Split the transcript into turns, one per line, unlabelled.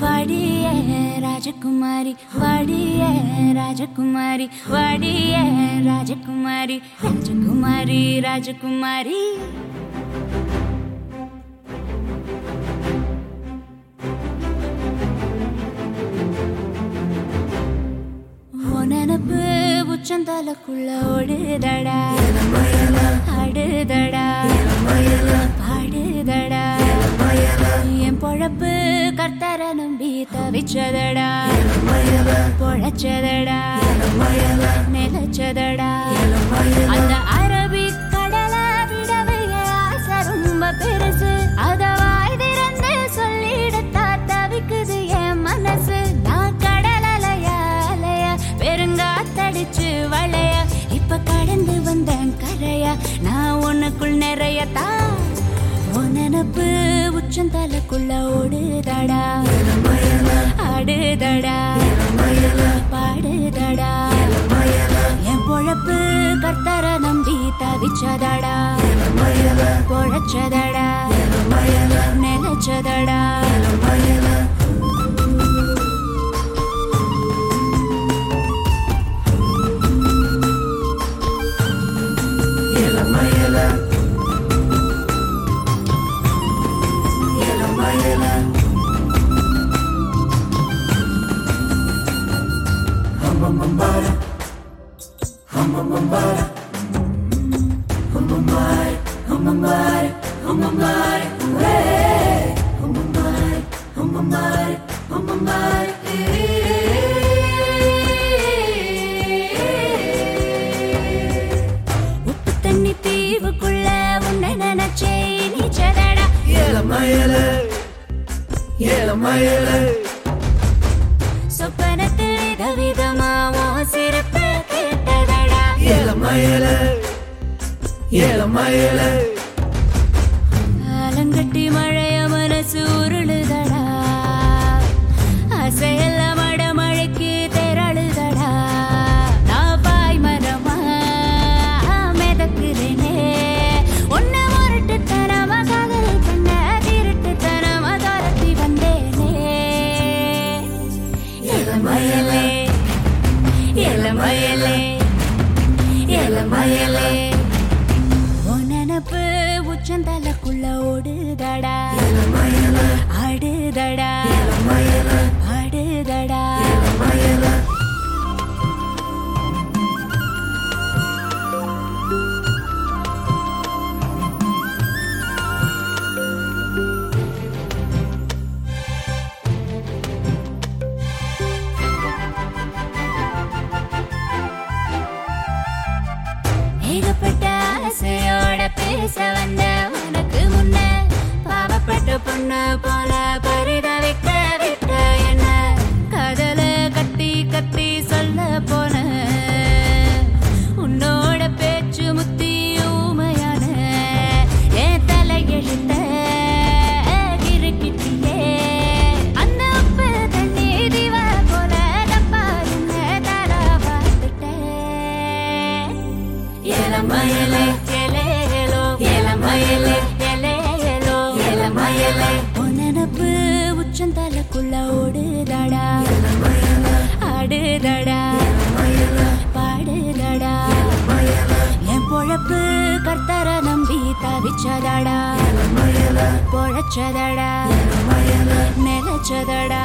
வடிய ராஜகுமாரி வடிய ராஜகுமாரி வடிய ராஜகுமாரி ராஜகுமாரி ராஜகுமாரி உன் நினப்பு உச்சந்தலைக்குள்ள ஓடுதடா அடுதடா பாடுதடா என் பொழப்பு கர்த்தர நம்பி தவிச்சதடா பொழைச்சதடா நிலச்சதடா அந்த அரபிக் கடலை விடவே என் ஆசை ரொம்ப பெருசு அத வாய் திறந்து சொல்லிடத்தா தவிக்குது என் மனசு நான் கடலலைய அலைய பெருங்காத்தடிச்சு வளைய இப்ப கடந்து வந்தேன் கரைய நான் உனக்குள் நிறைய தான் உன் நினப்பு உச்சந்தலைக்குள்ள ஓடுதடா அடுதடா பாடுதடா என் பொழப்பு கர்த்தர நம்பி தவிச்சதடா பொழைச்சதடா நினைச்சதடா உப்பு தண்ணி தீவுக்குள்ள உன்னை நினைச்சே நீச்சதடா சொப்பனத்தில் விதவிதமா உன் சிறப்பு கேட்டதடா ஆலங்கட்டி மழைய மனசு உருளுதடா அசையல்ல மடமழைக்கு திரளுதடா நான் பாய் மரமா மிதக்குறேனே உன்னை முரட்டுத்தனமா காதல் பண்ண திருட்டுத்தனமா துரத்தி வந்தேனே இளமயலே இளமயலே இளமயலே உன் நினப்பு உச்சந்தலைக்குள்ள ஓடுதடா அடுதடா அடுதடா ஏகப்பட்ட ஆசையோட பேச வந்த உனக்கு முன்ன பாவப்பட்ட பொண்ணு போல பரிதவிக்க விட்ட என்ன காதல கத்தி கத்தி சொல்ல போன உன்னோட பேச்சு முத்தி ஊமையான என் தலையெழுத்த கிறுக்கிட்டியே அந்த உப்பு தண்ணி திவா போல தப்பா இருந்த தலா பார்த்துட்டேன் எலமயலே எலேலோ எலமயலே எலேலோ எலமயலே உன்னப்பு உச்சந்தலைக்குள்ள ஓடுதடா அடுதடா பாடுதடா என் பொழப்பு கர்த்தர நம்பி தவிச்சதடா பொழைச்சதடா நினைச்சதடா